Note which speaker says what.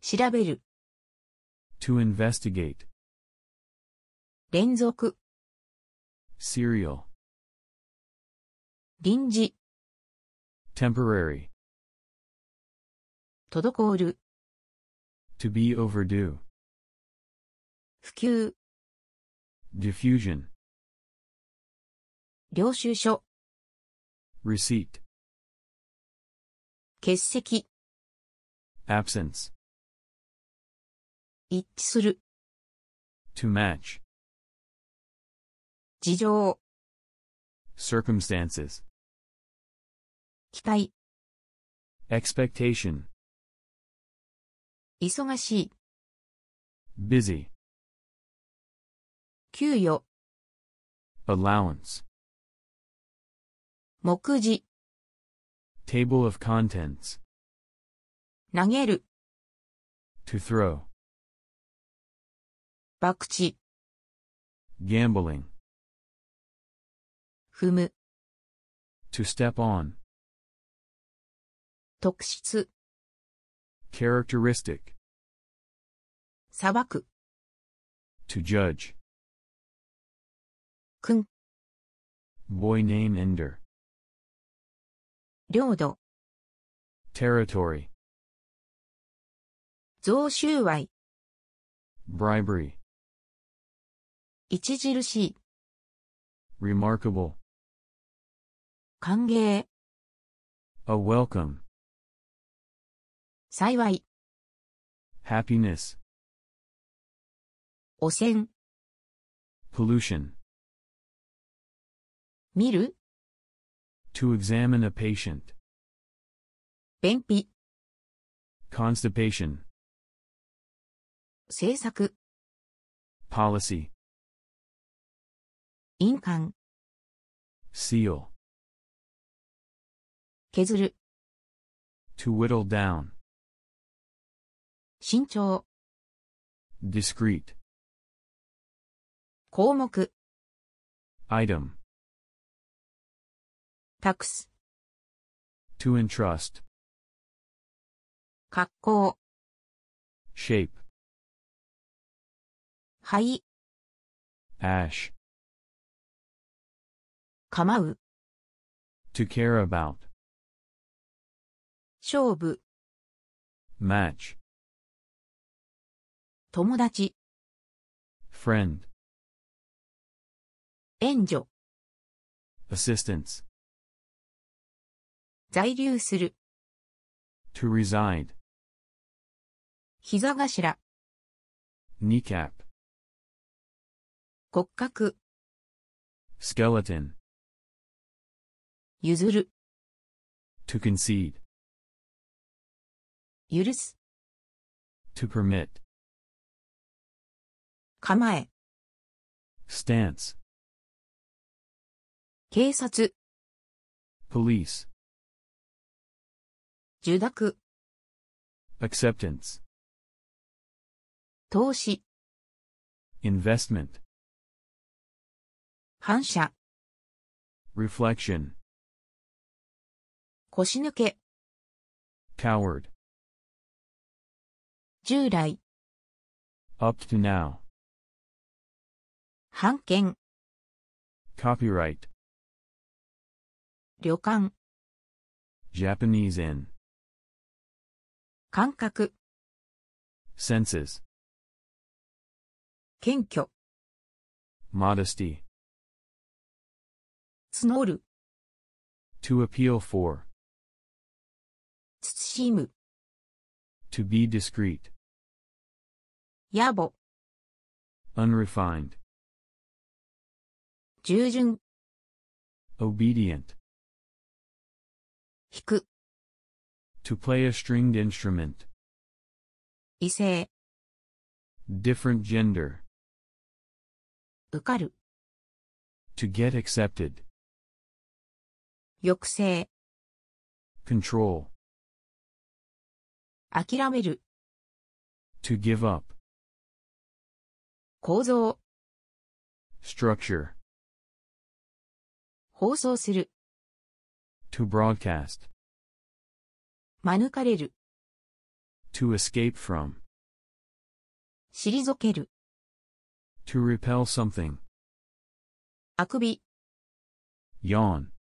Speaker 1: 調べる、
Speaker 2: To investigate.
Speaker 1: 連続、
Speaker 2: Serial.
Speaker 1: 臨時、
Speaker 2: Temporary.
Speaker 1: 滞る、
Speaker 2: To be overdue.
Speaker 1: 普及、
Speaker 2: Diffusion.
Speaker 1: 領収書、
Speaker 2: Receipt.
Speaker 1: 欠席、
Speaker 2: Absence.
Speaker 1: 一致する、
Speaker 2: To match.
Speaker 1: 事情、
Speaker 2: Circumstances.
Speaker 1: 期待、
Speaker 2: Expectation.
Speaker 1: 忙しい、
Speaker 2: Busy.
Speaker 1: 給与、
Speaker 2: Allowance.
Speaker 1: 目次、
Speaker 2: Table of contents.
Speaker 1: 投げる、
Speaker 2: To throw.
Speaker 1: 博打、
Speaker 2: Gambling.
Speaker 1: 踏む、
Speaker 2: To step on.
Speaker 1: 特質、
Speaker 2: Characteristic.
Speaker 1: 裁く、
Speaker 2: To judge.
Speaker 1: くん、
Speaker 2: Boy name ender.
Speaker 1: 領土、
Speaker 2: Territory.
Speaker 1: 贈収賄、
Speaker 2: Bribery.
Speaker 1: 著しい、
Speaker 2: Remarkable.
Speaker 1: 歓迎、
Speaker 2: A welcome.
Speaker 1: 幸い、
Speaker 2: Happiness.
Speaker 1: 汚染、
Speaker 2: Pollution.
Speaker 1: 見る、
Speaker 2: To examine a patient.
Speaker 1: 便秘、
Speaker 2: Constipation.
Speaker 1: 政策、
Speaker 2: Policy.
Speaker 1: 印鑑、
Speaker 2: Seal.
Speaker 1: 削る、
Speaker 2: To whittle down.
Speaker 1: 慎重、
Speaker 2: Discrete.
Speaker 1: 項目、
Speaker 2: Item.
Speaker 1: 託す、
Speaker 2: To entrust.
Speaker 1: 格好、
Speaker 2: Shape.
Speaker 1: 灰、
Speaker 2: Ash.
Speaker 1: 構う、
Speaker 2: To care about.
Speaker 1: 勝負、
Speaker 2: Match.
Speaker 1: 友達、
Speaker 2: Friend.
Speaker 1: 援助、
Speaker 2: Assistance.
Speaker 1: 在留する、
Speaker 2: To reside.
Speaker 1: 膝頭、
Speaker 2: Kneecap.
Speaker 1: 骨格、
Speaker 2: Skeleton.
Speaker 1: 譲る、
Speaker 2: To concede.
Speaker 1: 許す、
Speaker 2: To permit.
Speaker 1: 構え、
Speaker 2: Stance.
Speaker 1: 警察、
Speaker 2: Police.
Speaker 1: 受諾、
Speaker 2: Acceptance.
Speaker 1: 投資、
Speaker 2: Investment.
Speaker 1: 反射、
Speaker 2: Reflection.
Speaker 1: 腰抜け、
Speaker 2: Coward.
Speaker 1: 従来、
Speaker 2: Up to now.
Speaker 1: 判権、
Speaker 2: Copyright.
Speaker 1: 旅館、
Speaker 2: Japanese in.
Speaker 1: 感覚、
Speaker 2: Senses.
Speaker 1: 謙虚、
Speaker 2: Modesty.
Speaker 1: 募る、
Speaker 2: To appeal for.
Speaker 1: 慎む、
Speaker 2: To be discreet.
Speaker 1: 野暮、
Speaker 2: Unrefined.
Speaker 1: 従順、
Speaker 2: Obedient.
Speaker 1: 引く、
Speaker 2: To play a stringed instrument.
Speaker 1: 異性、
Speaker 2: Different gender.
Speaker 1: 受かる、
Speaker 2: To get accepted.
Speaker 1: 抑制、
Speaker 2: Control.
Speaker 1: 諦める、
Speaker 2: To give up.
Speaker 1: 構造、
Speaker 2: Structure.
Speaker 1: 放送する、
Speaker 2: To broadcast.
Speaker 1: 免れる、
Speaker 2: To escape from.
Speaker 1: 退ける、
Speaker 2: To repel something.
Speaker 1: あくび。
Speaker 2: Yawn.